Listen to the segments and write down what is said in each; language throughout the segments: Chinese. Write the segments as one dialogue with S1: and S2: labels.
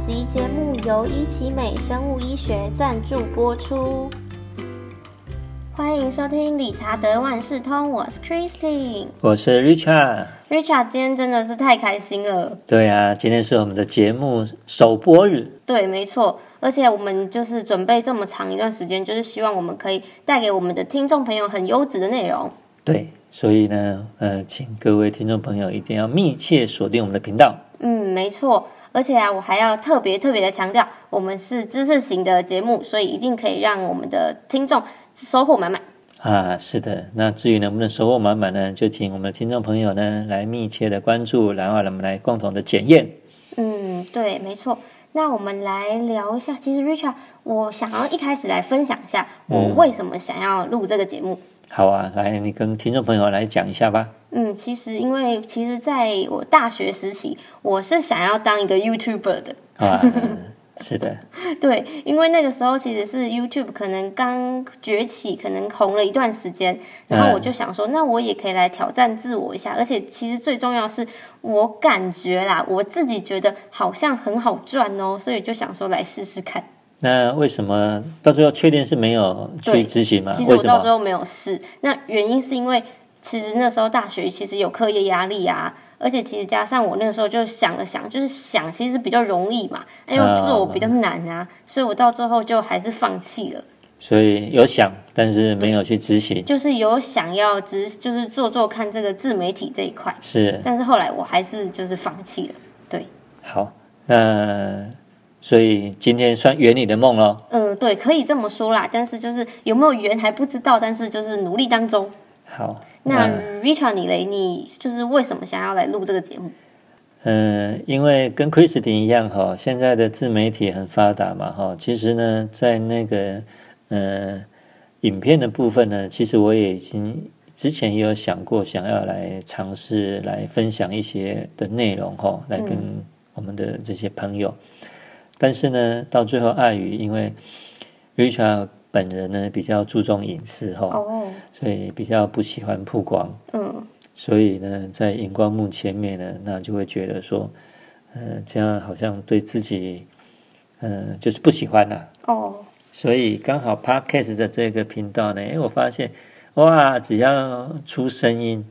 S1: 集节目由伊奇美生物医学赞助播出。欢迎收听《理查德万事通》，我是 Christine。
S2: 我是 Richard。
S1: Richard 今天真的是太开心了，
S2: 对啊，今天是我们的节目首播日，
S1: 对，没错。而且我们就是准备这么长一段时间，就是希望我们可以带给我们的听众朋友很优质的内容。
S2: 对，所以呢，呃，请各位听众朋友一定要密切锁定我们的频道。
S1: 嗯，没错。而且啊，我还要特别特别的强调，我们是知识型的节目，所以一定可以让我们的听众收获满满。
S2: 啊，是的。那至于能不能收获满满呢，就请我们的听众朋友呢来密切的关注，然后我们来共同的检验。
S1: 嗯，对，没错。那我们来聊一下，其实 Richard，我想要一开始来分享一下我为什么想要录这个节目。
S2: 好啊，来，你跟听众朋友来讲一下吧。
S1: 嗯，其实因为其实在我大学时期，我是想要当一个 YouTuber 的。
S2: 啊， 是的，
S1: 对，因为那个时候其实是 YouTube 可能刚崛起，可能红了一段时间，然后我就想说，那我也可以来挑战自我一下。而且其实最重要是，我感觉啦，我自己觉得好像很好赚哦，所以就想说来试试看。
S2: 那为什么到最后确定是没有去
S1: 对
S2: 执行吗？
S1: 其实
S2: 为
S1: 我
S2: 什
S1: 到最
S2: 么？
S1: 后没有试，那原因是因为其实那时候大学其实有课业压力啊，而且其实加上我那个时候就想了想，就是想其实比较容易嘛，哎
S2: 啊
S1: 呦做比较难啊，所以我到最后就还是放弃了，
S2: 所以有想，但是没有去执行。
S1: 就是有想要只就是做做看这个自媒体这一块，
S2: 是，
S1: 但是后来我还是就是放弃了。
S2: 好，那所以今天算圆你的梦喽。
S1: 嗯，对，可以这么说啦，但是就是有没有缘还不知道，但是就是努力当中。
S2: 好，
S1: 那
S2: 嗯
S1: Richard 你嘞，你就是为什么想要来录这个节目？
S2: 嗯、呃因为跟 Christine 一样哈、现在的自媒体很发达嘛哈、其实呢，在那个呃影片的部分呢，其实我也已经之前也有想过，想要来尝试来分享一些的内容哈、来跟我们的这些朋友。但是呢，到最后碍于因为 Richard 本人呢比较注重隐私哈、
S1: 哦，
S2: 所以比较不喜欢曝光。
S1: 嗯。
S2: 所以呢，在荧光幕前面呢，那就会觉得说，呃，这样好像对自己，呃，就是不喜欢啦、
S1: 哦，
S2: 所以刚好 Podcast 的这个频道呢，诶，我发现，哇，只要出声音，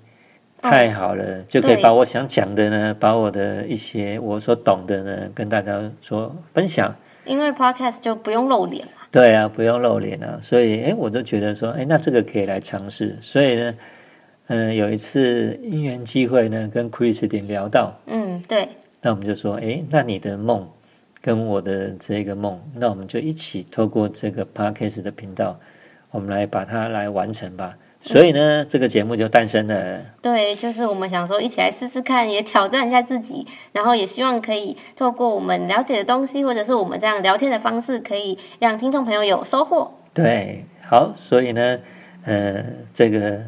S2: 太好了，就可以
S1: 嗯对
S2: 把我想讲的呢，把我的一些我所懂的呢，跟大家说分享。
S1: 因为 podcast 就不用露脸嘛。
S2: 对啊，不用露脸啊，所以哎，诶我就觉得说，哎，那这个可以来尝试。所以呢，嗯、有一次因缘机会呢，跟 Chris 点聊到，
S1: 嗯，对，
S2: 那我们就说，哎，那你的梦跟我的这个梦，那我们就一起透过这个 Podcast 的频道，我们来把它来完成吧。所以呢，这个节目就诞生了。
S1: 对，就是我们想说一起来试试看，也挑战一下自己，然后也希望可以透过我们了解的东西，或者是我们这样聊天的方式，可以让听众朋友有收获。
S2: 对，好，所以呢，呃，这个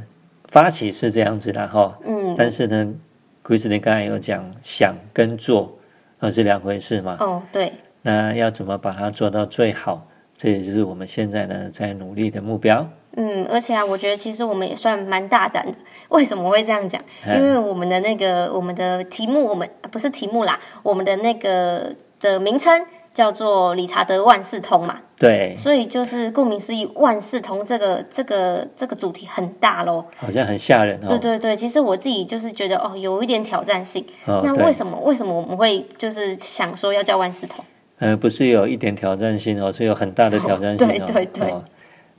S2: 发起是这样子的哈，
S1: 嗯，
S2: 但是呢，奎斯林刚才有讲，想跟做那是两回事嘛。
S1: 哦，对，
S2: 那要怎么把它做到最好，这也就是我们现在呢在努力的目标。
S1: 嗯，而且啊，我觉得其实我们也算蛮大胆的。为什么会这样讲？因
S2: 嗯
S1: 为我们的那个我们的题目，我们啊不是题目啦，我们的那个的名称叫做理查德万事通嘛。
S2: 对，
S1: 所以就是顾名思义，万事通这个这个这个主题很大咯。
S2: 好像很吓人
S1: 对
S2: 哦。
S1: 对对，其实我自己就是觉得哦，有一点挑战性。
S2: 哦
S1: 那
S2: 对
S1: 为什么为什么我们会就是想说要叫万事通？
S2: 呃，不是有一点挑战性哦，是有很大的挑战性哦。
S1: 对对对
S2: 哦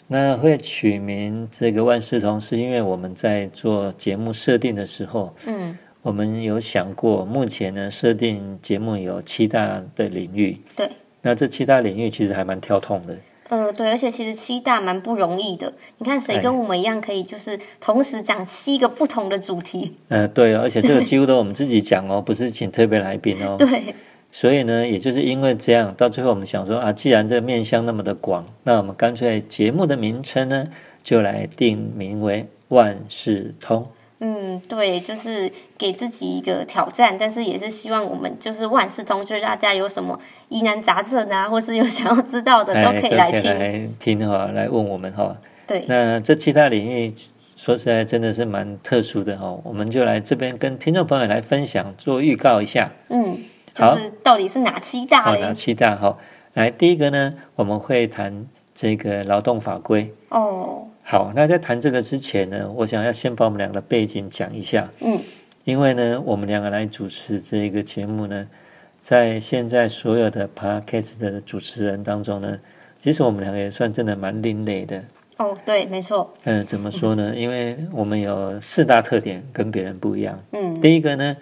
S2: 那会取名这个万事通，是因为我们在做节目设定的时候，
S1: 嗯，
S2: 我们有想过，目前呢设定节目有七大的领域。
S1: 对。
S2: 那这七大领域其实还蛮跳痛的。
S1: 呃，对，而且其实七大蛮不容易的。你看谁跟我们一样可以就是同时讲七个不同的主题？
S2: 呃，对哦、而且这个几乎都我们自己 讲哦，不是请特别来宾哦。
S1: 对，
S2: 所以呢，也就是因为这样，到最后我们想说啊，既然这个面向那么的广，那我们干脆节目的名称呢，就来定名为万事通。
S1: 嗯，对，就是给自己一个挑战，但是也是希望我们就是万事通，就是大家有什么疑难杂症啊，或是有想要知道的，
S2: 哎
S1: 都可以来
S2: 都可以
S1: 听。
S2: 来听哈、来问我们哦哈、
S1: 对，
S2: 那这七大领域说实在真的是蛮特殊的哈、我们就来这边跟听众朋友来分享，做预告一下。
S1: 嗯，就
S2: 好
S1: 是到底是哪七大
S2: 好，
S1: 嘞
S2: 那？七大哈。来，第一个呢，我们会谈这个劳动法规。
S1: 哦，
S2: 好，那在谈这个之前呢，我想要先把我们两个背景讲一下，
S1: 嗯，
S2: 因为呢，我们两个来主持这个节目呢，在现在所有的 podcast 的主持人当中呢，其实我们两个也算真的蛮另类的。
S1: 哦，对，没错，
S2: 嗯、怎么说呢？因为我们有四大特点跟别人不一样。
S1: 嗯，
S2: 第一个呢，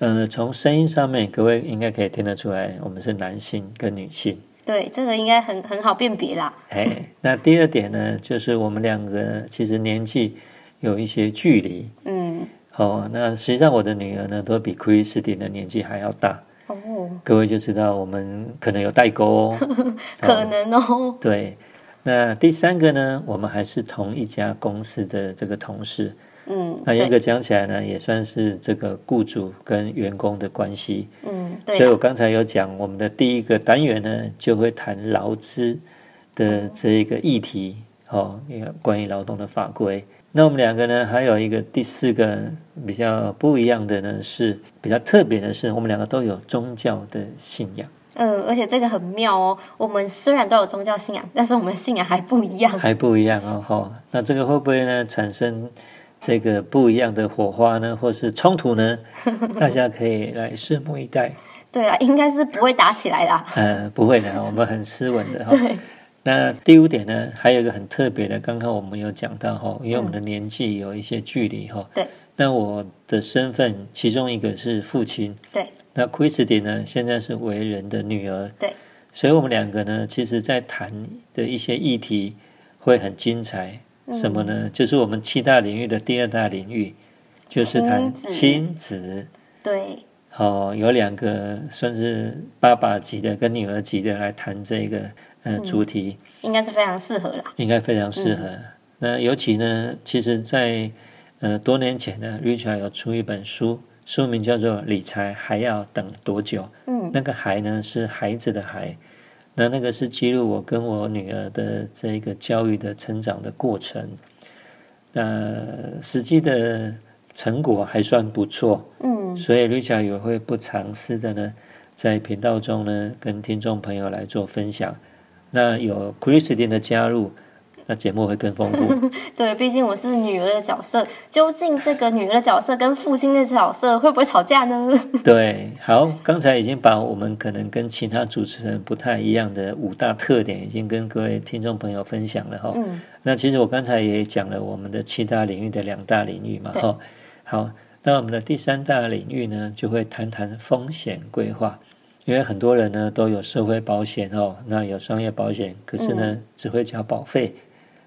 S2: 呃，从声音上面，各位应该可以听得出来，我们是男性跟女性。
S1: 对，这个应该很很好辨别啦。
S2: 哎，那第二点呢，就是我们两个其实年纪有一些距离。
S1: 嗯，
S2: 哦，那实际上我的女儿呢，都比 Christine 的年纪还要大，
S1: 哦，
S2: 各位就知道我们可能有代沟哦。
S1: 可能哦，
S2: 对，那第三个呢，我们还是同一家公司的这个同事，
S1: 嗯，
S2: 那严
S1: 对，
S2: 格讲起来呢，也算是这个雇主跟员工的关系。
S1: 嗯，对
S2: 所以
S1: 啦，
S2: 我刚才有讲，我们的第一个单元呢，就会谈劳资的这一个议题，哦，也关于劳动的法规。那我们两个呢，还有一个第四个比较不一样的呢，是比较特别的是，我们两个都有宗教的信仰，
S1: 嗯，而且这个很妙哦。我们虽然都有宗教信仰，但是我们信仰还不一样。
S2: 还不一样哦。哦那这个会不会呢产生这个不一样的火花呢，或是冲突 呢？大家可以来拭目以待。
S1: 对啦，应该是不会打起来啦。
S2: 呃，不 会的，我们很斯文的哈。那第五点呢，还有一个很特别的，刚刚我们有讲到哈，因为我们的年纪有一些距离哈。
S1: 嗯对。
S2: 那我的身份，其中一个是父亲，
S1: 对，
S2: 那 Christy 呢，现在是为人的女儿。
S1: 对。
S2: 所以我们两个呢，其实在谈的一些议题会很精彩。
S1: 嗯
S2: 什么呢？就是我们七大领域的第二大领域，就是谈
S1: 亲子
S2: 亲子
S1: 对，
S2: 哦，有两个算是爸爸级的跟女儿级的来谈这个呃主题，
S1: 应该是非常适合啦。 嗯
S2: 应该非常适合。那尤其呢，其实在呃多年前呢，Richard 有出一本书，书名叫做《理财还要等多久》。
S1: 嗯，
S2: 那个“还”呢是孩子的“孩”，那那个是记录我跟我女儿的这个教育的成长的过程。那实际的成果还算不错。
S1: 嗯，
S2: 所以 Richard 也会不藏私的呢，在频道中呢跟听众朋友来做分享。那有 Christine 的加入，那节目会更丰富。
S1: 对，毕竟我是女儿的角色，究竟这个女儿的角色跟父亲的角色会不会吵架呢？
S2: 对，好，刚才已经把我们可能跟其他主持人不太一样的五大特点，已经跟各位听众朋友分享了哈。
S1: 嗯
S2: 那其实我刚才也讲了我们的七大领域的两大领域嘛
S1: 对
S2: 哈。好，那我们的第三大领域呢，就会谈谈风险规划。因为很多人呢都有社会保险哦，那有商业保险，可是
S1: 嗯
S2: 呢、只会交保费，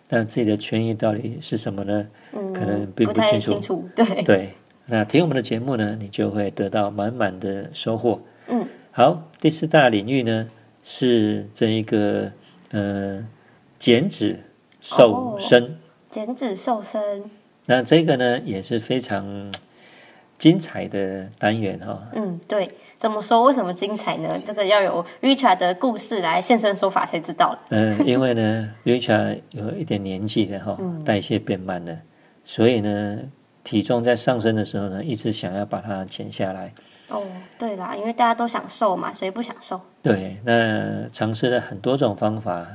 S2: 那自己的权益到底是什么呢？
S1: 嗯，
S2: 可能并不
S1: 太
S2: 清楚
S1: 清对，
S2: 对，那听我们的节目呢，你就会得到满满的收获。
S1: 嗯，
S2: 好，第四大领域呢是这一个呃减脂瘦
S1: 哦
S2: 身。
S1: 减脂瘦身，
S2: 那这个呢，也是非常精彩的单元哈、哦。
S1: 嗯，对。怎么说？为什么精彩呢？这个要有 Richard 的故事来现身说法才知道了。
S2: 嗯、因为呢，Richard 有一点年纪了哈、
S1: 嗯
S2: 代谢变慢了，所以呢，体重在上升的时候呢，一直想要把它减下来。
S1: 哦，对啦，因为大家都想瘦嘛，谁不想瘦？
S2: 对，那尝试了很多种方法，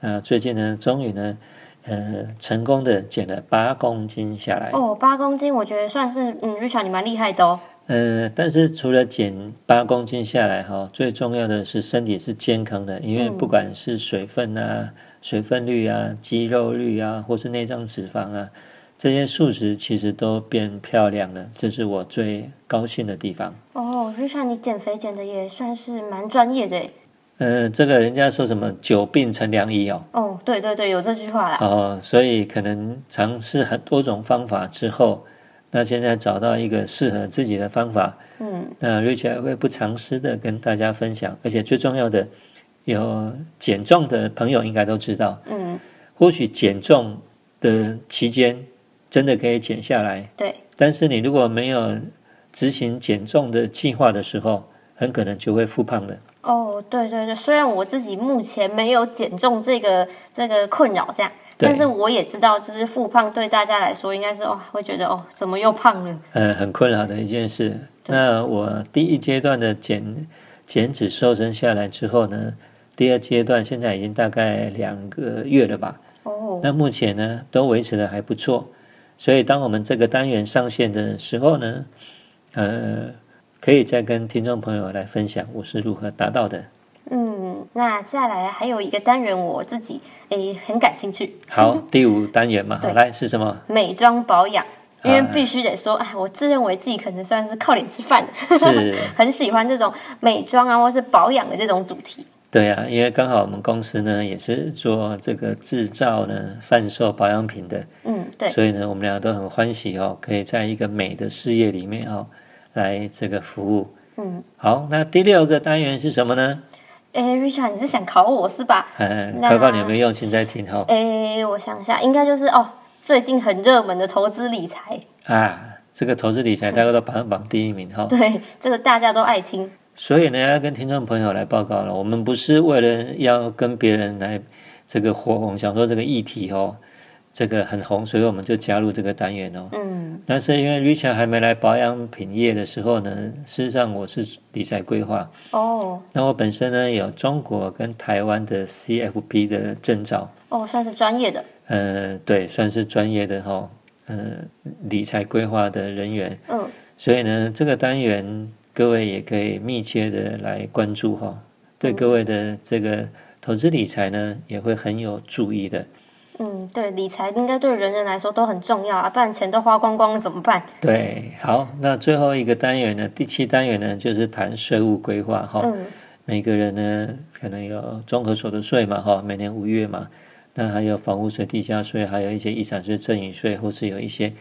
S2: 那最近呢，终于呢，呃，成功的减了八公斤下来。
S1: 哦，八公斤，我觉得算是嗯，Richard 你蛮厉害的哦。
S2: 呃，但是除了减八公斤下来哈，最重要的是身体是健康的，因为不管是水分啊、水分率啊、肌肉率啊，或是内脏脂肪啊，这些数值其实都变漂亮了，这是我最高兴的地方。
S1: 哦，Richard 你减肥减的也算是蛮专业的耶。
S2: 呃，这个人家说什么“久病成良医”哦，
S1: 哦，对对对，有这句话啦。
S2: 哦，所以可能尝试很多种方法之后，那现在找到一个适合自己的方法，
S1: 嗯，
S2: 那 Richard 会不藏私的跟大家分享，而且最重要的，有减重的朋友应该都知道，
S1: 嗯，
S2: 或许减重的期间真的可以减下来，
S1: 对，
S2: 但是你如果没有执行减重的计划的时候，很可能就会复胖了。
S1: 哦，对对对，虽然我自己目前没有减重这个这个困扰，这样，
S2: 对
S1: 但是我也知道，就是复胖对大家来说应该是哦，会觉得哦，怎么又胖了？
S2: 呃，很困扰的一件事。那我第一阶段的减减脂瘦身下来之后呢，第二阶段现在已经大概两个月了吧？
S1: 哦，
S2: 那目前呢都维持的还不错，所以当我们这个单元上线的时候呢，呃，可以再跟听众朋友来分享我是如何达到的。
S1: 嗯，那接下来还有一个单元我自己诶很感兴趣，
S2: 好，第五单元嘛，好来是 什么？
S1: 美妆保养，因为
S2: 啊
S1: 必须得说，哎，我自认为自己可能算是靠脸吃饭的，
S2: 是
S1: 很喜欢这种美妆啊或是保养的这种主题。
S2: 对啊，因为刚好我们公司呢也是做这个制造呢、贩售保养品的，
S1: 嗯，对，
S2: 所以呢，我们俩都很欢喜哦，可以在一个美的事业里面哦，来这个服务。
S1: 嗯，
S2: 好，那第六个单元是什么呢？
S1: 诶 r i c h a r d 你是想考我是吧？
S2: 嗯，
S1: 那
S2: 考考你有没有用心在听哦？
S1: 诶，我想一下，应该就是哦，最近很热门的投资理财，
S2: 啊，这个投资理财大概都排行榜第一名哈、哦。
S1: 对，这个大家都爱听。
S2: 所以呢，要跟听众朋友来报告了，我们不是为了要跟别人来这个火红，想说这个议题哦，这个很红，所以我们就加入这个单元哦。
S1: 嗯，
S2: 但是因为 Richard 还没来保养品业的时候呢，事实上我是理财规划，
S1: 哦
S2: 那我本身呢有中国跟台湾的 CFP 的证照，
S1: 哦，算是专业的。
S2: 呃，对，算是专业的哈、哦，呃，理财规划的人员，
S1: 嗯，
S2: 所以呢，这个单元各位也可以密切的来关注哈、对各位的这个投资理财呢也会很有注意的。
S1: 嗯，对，理财应该对人人来说都很重要啊，不然钱都花光光了怎么办？
S2: 对，好，那最后一个单元呢，第七单元呢就是谈税务规划哈、
S1: 嗯
S2: 每个人呢可能有综合所得税嘛哈、每年五月嘛，那还有房屋税、地价税，还有一些遗产税、赠与税，或是有一些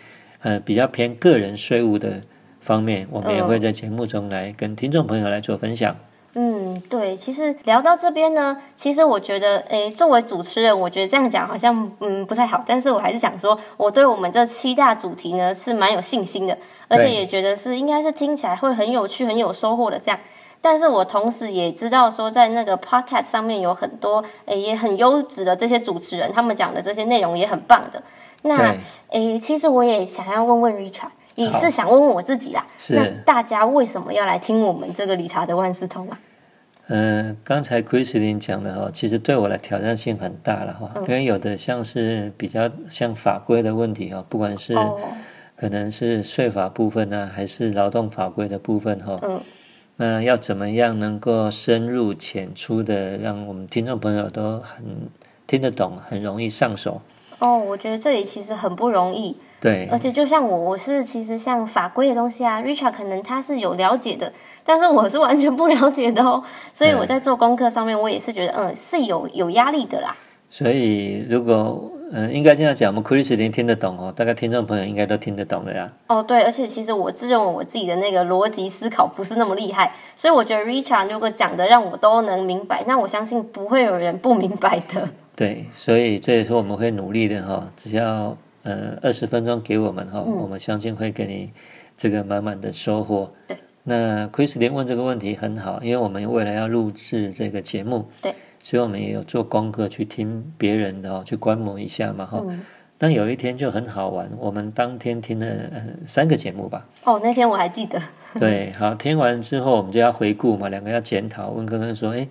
S2: 呃比较偏个人税务的方面，我们也会在节目中来跟听众朋友来做分享。
S1: 嗯，对，其实聊到这边呢，其实我觉得，诶，作为主持人，我觉得这样讲好像嗯不太好，但是我还是想说，我对我们这七大主题呢是蛮有信心的，而且
S2: 对
S1: 也觉得是应该是听起来会很有趣、很有收获的这样。但是我同时也知道说，在那个 podcast 上面有很多诶也很优质的这些主持人，他们讲的这些内容也很棒的。那
S2: 对
S1: 诶，其实我也想要问问 Richard，也
S2: 好
S1: 是想问问我自己啦。
S2: 是
S1: 那大家为什么要来听我们这个理查的万事通啊？
S2: 嗯，刚才 Christine 讲的哈，其实对我来挑战性很大了哈，因为有的像是比较像法规的问题哈，不管是
S1: 哦，
S2: 可能是税法部分呢、还是劳动法规的部分哈、
S1: 嗯
S2: 那要怎么样能够深入浅出的让我们听众朋友都很听得懂，很容易上手？
S1: 哦，我觉得这里其实很不容易，
S2: 对
S1: 而且就像我，我是其实像法规的东西啊，Richard 可能他是有了解的，但是我是完全不了解的哦， 所以我在做功课上面，我也是觉得，嗯，是有有压力的啦。
S2: 所以如果嗯、应该这样讲，我们 Christine 听得懂哦，大概听众朋友应该都听得懂的呀。
S1: 哦，对，而且其实我自认为我自己的那个逻辑思考不是那么厉害，所以我觉得 Richard 如果讲的让我都能明白，那我相信不会有人不明白的。
S2: 对，所以这也是我们会努力的哈、只要呃二十分钟给我们哈、
S1: 嗯
S2: 我们相信会给你这个满满的收获。
S1: 对，
S2: 那 Christine 问这个问题很好，因为我们未来要录制这个节目，
S1: 对，
S2: 所以我们也有做功课去听别人的哦，去观摩一下嘛哈、
S1: 嗯
S2: 那有一天就很好玩，我们当天听了、呃、三个节目吧，
S1: 哦，那天我还记得，
S2: 对，好，听完之后我们就要回顾嘛，两个要检讨。问哥哥说，哎，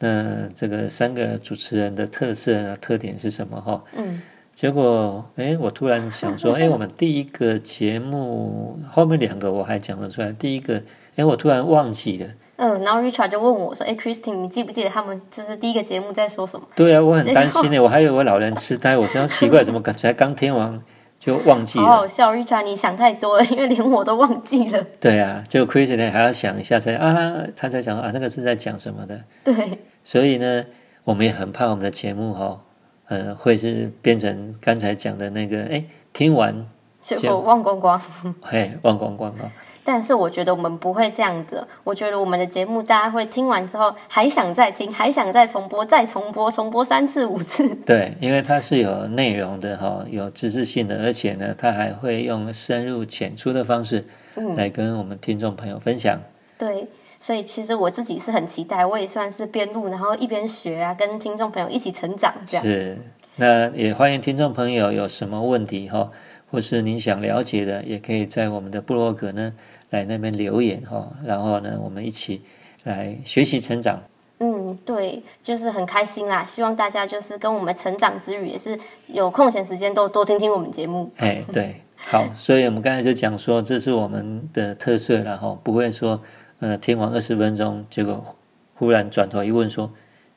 S2: 那这个三个主持人的特色啊、特点是什么？哈，
S1: 嗯，
S2: 结果，哎，我突然想说，哎，我们第一个节目后面两个我还讲得出来，第一个，哎，我突然忘记了。
S1: 嗯，然后 Richard 就问我说：“哎，Christine，你记不记得他们就是第一个节目在说什么
S2: 对啊，我很
S1: 结
S2: 担心呢，我还以为我老人痴呆，我想奇怪，怎么刚才刚听完就忘？”记
S1: 好
S2: 了？
S1: 好笑，Richard，你想太多了，因为连我都忘记了。
S2: 对啊，就 Christian 还要想一下才啊，他才想啊，那个是在讲什么的。
S1: 对，
S2: 所以呢，我们也很怕我们的节目哈、哦，呃，会是变成刚才讲的那个，哎，听完
S1: 结果忘光光。
S2: 嘿忘光光啊、
S1: 但是我觉得我们不会这样子，我觉得我们的节目大家会听完之后还想再听，还想再重播，再重播，重播三次五次。
S2: 对，因为它是有内容的哈、有知识性的，而且呢，它还会用深入浅出的方式
S1: 嗯
S2: 来跟我们听众朋友分享。
S1: 对，所以其实我自己是很期待，我也算是边录然后一边学啊，跟听众朋友一起成长这样。
S2: 是，那也欢迎听众朋友有什么问题哈、或是您想了解的，也可以在我们的部落格呢来那边留言哈、然后呢，我们一起来学习成长。
S1: 嗯，对，就是很开心啦。希望大家就是跟我们成长之旅，也是有空闲时间都多听听我们节 目。
S2: 哎，对，好，所以我们刚才就讲说，这是我们的特色然后不会说，呃，听完二十分钟，结果忽然转头一问说，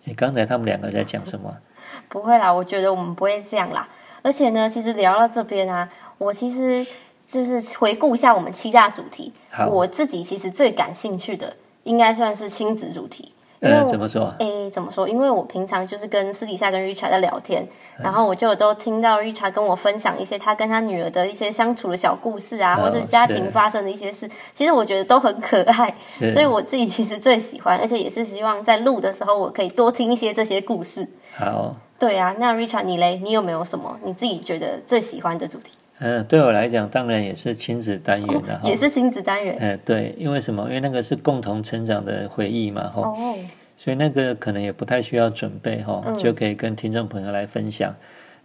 S2: 哎，刚才他们两个在讲什么啊？
S1: 不会啦，我觉得我们不会这样啦。而且呢，其实聊到这边啊，我其实就是回顾一下我们七大主题
S2: 好，
S1: 我自己其实最感兴趣的应该算是亲子主题， 因为
S2: 呃，
S1: 我
S2: 怎么说啊？
S1: 诶，怎么说？因为我平常就是跟私底下跟 Richard 在聊天，然后我就有都听到 Richard 跟我分享一些他跟他女儿的一些相处的小故事啊，
S2: 哦
S1: 或是家
S2: 是
S1: 庭发生的一些事，其实我觉得都很可爱，
S2: 是
S1: 所以我自己其实最喜欢，而且也是希望在录的时候我可以多听一些这些故事。
S2: 好，
S1: 对啊，那 Richard 你嘞，你有没有什么你自己觉得最喜欢的主题？
S2: 嗯、对我来讲，当然也是亲子单元的哈。
S1: 哦也是亲子单元
S2: 嗯、对，因为什么？因为那个是共同成长的回忆嘛，哈、
S1: 哦，
S2: 所以那个可能也不太需要准备哈、就可以跟听众朋友来分享。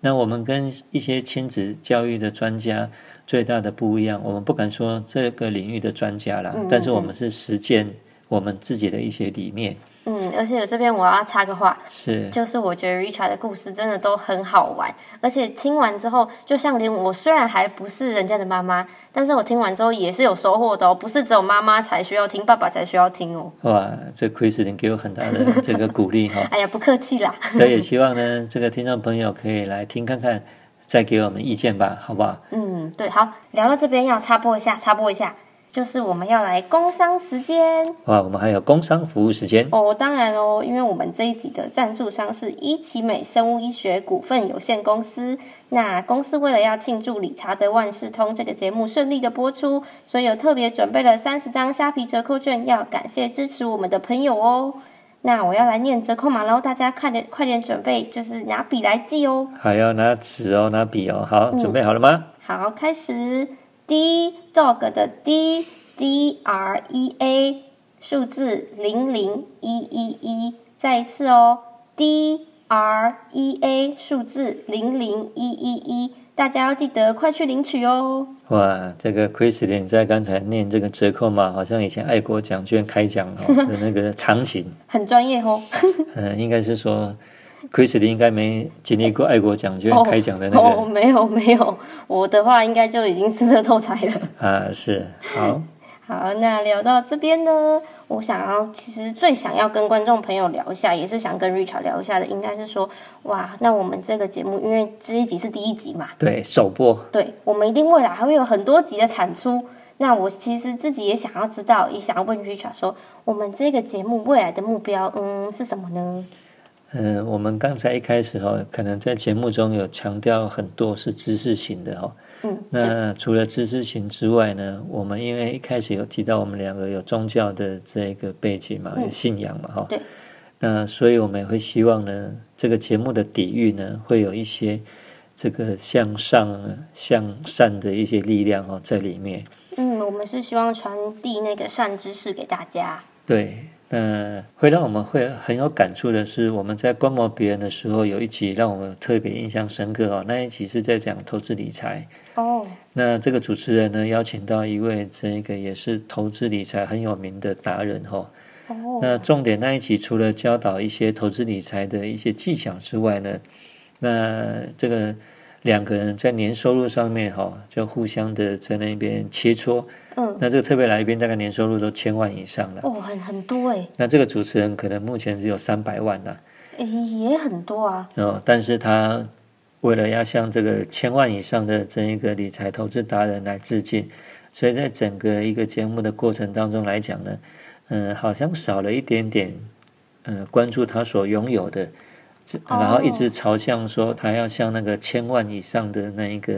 S2: 那我们跟一些亲子教育的专家最大的不一样，我们不敢说这个领域的专家啦，但是我们是实践我们自己的一些理念，
S1: 嗯，而且这边我要插个话，
S2: 是
S1: 就是我觉得 Richard 的故事真的都很好玩，而且听完之后，就像连我虽然还不是人家的妈妈，但是我听完之后也是有收获的哦，不是只有妈妈才需要听，爸爸才需要听哦。
S2: 哇，这 Kristen 给我很大的这个鼓励哈、
S1: 哎呀，不客气啦，
S2: 所以希望呢，这个听众朋友可以来听看看，再给我们意见吧，好不好？
S1: 嗯，对，好，聊到这边要插播一下，插播一下，就是我们要来工商时间
S2: 哇，我们还有工商服务时间，
S1: 哦，当然哦，因为我们这一集的赞助商是伊奇美生物医学股份有限公司。那公司为了要庆祝《理查德万事通》这个节目顺利的播出，所以有特别准备了三十张虾皮折扣券，要感谢支持我们的朋友哦。那我要来念折扣码喽，大家快点快点准备，就是拿笔来记哦。
S2: 还要拿纸哦，拿笔哦，好，准备好了吗？
S1: 好，开始。D dog 的 D D R E A 数字零零一一一，再一次哦。D R E A 数字零零一一一，大家要记得快去领取哦。
S2: 哇，这个 Kristen 在刚才念这个折扣码，好像以前爱国奖券开奖哦的那个场景，
S1: 很专业哦。
S2: 嗯、应该是说 Kristen 应该没经历过爱国奖券开奖的那
S1: 哦，
S2: 个
S1: 没有没有，我的话应该就已经是乐透彩了。
S2: 啊，是好，
S1: 好，那聊到这边呢，我想要其实最想要跟观众朋友聊一下，也是想跟 Richard 聊一下的，应该是说，哇，那我们这个节目，因为这一集是第一集嘛，
S2: 对，首播，
S1: 对我们一定未来还会有很多集的产出。那我其实自己也想要知道，也想要问 Richard 说，我们这个节目未来的目标，嗯，是什么呢？
S2: 嗯、我们刚才一开始哦，可能在节目中有强调很多是知识型的哦。
S1: 嗯，
S2: 那除了知识型之外呢，我们因为一开始有提到我们两个有宗教的这个背景嘛，有信仰嘛，哈、
S1: 对。
S2: 那所以我们也会希望呢，这个节目的底蕴呢，会有一些这个向上、啊向善的一些力量哦在里面。
S1: 嗯，我们是希望传递那个善知识给大家。
S2: 对，那会让我们会很有感触的是，我们在观摩别人的时候，有一集让我们特别印象深刻哦。那一集是在讲投资理财，
S1: 哦，
S2: 那这个主持人呢邀请到一位这个也是投资理财很有名的达人哦。
S1: 哦，
S2: 那重点那一集除了教导一些投资理财的一些技巧之外呢，那这个两个人在年收入上面哈、哦，就互相的在那边切磋。
S1: 嗯，
S2: 那这个特别来宾大概年收入都千万以上了。
S1: 哦，很很多哎、
S2: 那这个主持人可能目前只有三百万呐、
S1: 诶也很多啊。
S2: 哦，但是他为了要向这个千万以上的这一个理财投资达人来致敬，所以在整个一个节目的过程当中来讲呢，嗯、好像少了一点点，嗯、关注他所拥有的，这然后一直朝向说他要向那个千万以上的那一个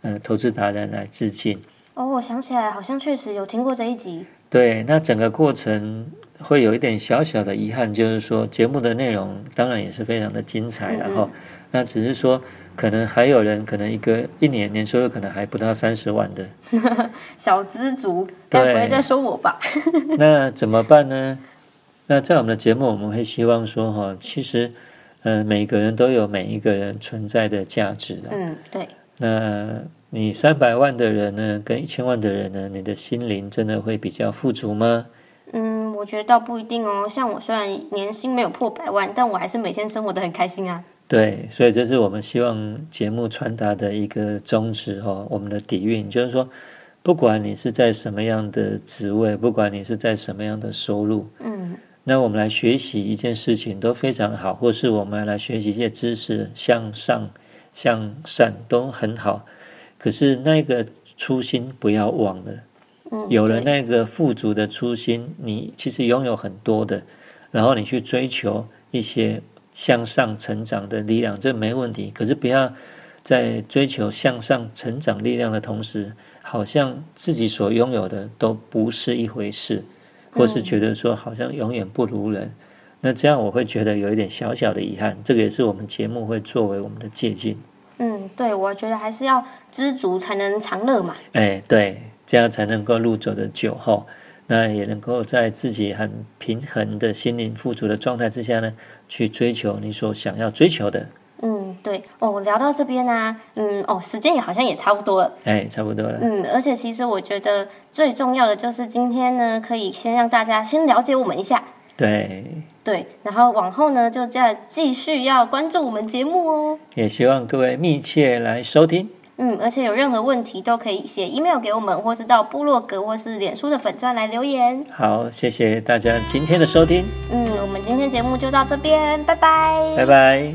S2: 呃投资达人来致敬。
S1: 哦，我想起来，好像确实有听过这一集。
S2: 对，那整个过程会有一点小小的遗憾，就是说节目的内容当然也是非常的精彩，然后那只是说可能还有人可能一个一年年收入可能还不到三十万的，
S1: 小知足，
S2: 对
S1: 该不会在说我吧？
S2: 那怎么办呢？那在我们的节目，我们会希望说哈，其实呃，每个人都有每一个人存在的价值啊。
S1: 嗯，对，
S2: 那你三百万的人呢，跟一千万的人呢，你的心灵真的会比较富足吗？
S1: 嗯，我觉得倒不一定哦。像我虽然年薪没有破百万，但我还是每天生活的很开心啊。
S2: 对，所以这是我们希望节目传达的一个宗旨哦，我们的底蕴就是说，不管你是在什么样的职位，不管你是在什么样的收入，
S1: 嗯，
S2: 那我们来学习一件事情都非常好，或是我们来学习一些知识，向上、向善都很好。可是那个初心不要忘了，
S1: 嗯
S2: 有了
S1: 对
S2: 那个富足的初心，你其实拥有很多的，然后你去追求一些向上成长的力量，这没问题。可是不要在追求向上成长力量的同时，好像自己所拥有的都不是一回事，或
S1: 嗯
S2: 是觉得说好像永远不如人。那这样我会觉得有一点小小的遗憾，这个也是我们节目会作为我们的借鉴。
S1: 嗯，对，我觉得还是要知足才能常乐嘛。
S2: 哎，对，这样才能够路走的久哈。那也能够在自己很平衡的心灵富足的状态之下呢，去追求你所想要追求的。
S1: 嗯，对哦，聊到这边呢、啊，嗯，哦，时间也好像也差不多了，
S2: 哎，差不多了。
S1: 嗯，而且其实我觉得最重要的就是今天呢，可以先让大家先了解我们一下，
S2: 对，
S1: 对，然后往后呢，就再继续要关注我们节目哦，
S2: 也希望各位密切来收听。
S1: 嗯，而且有任何问题都可以写 email 给我们，或是到部落格或是脸书的粉钻来留言，
S2: 好，谢谢大家今天的收听，
S1: 嗯，我们今天节目就到这边，拜拜，
S2: 拜拜。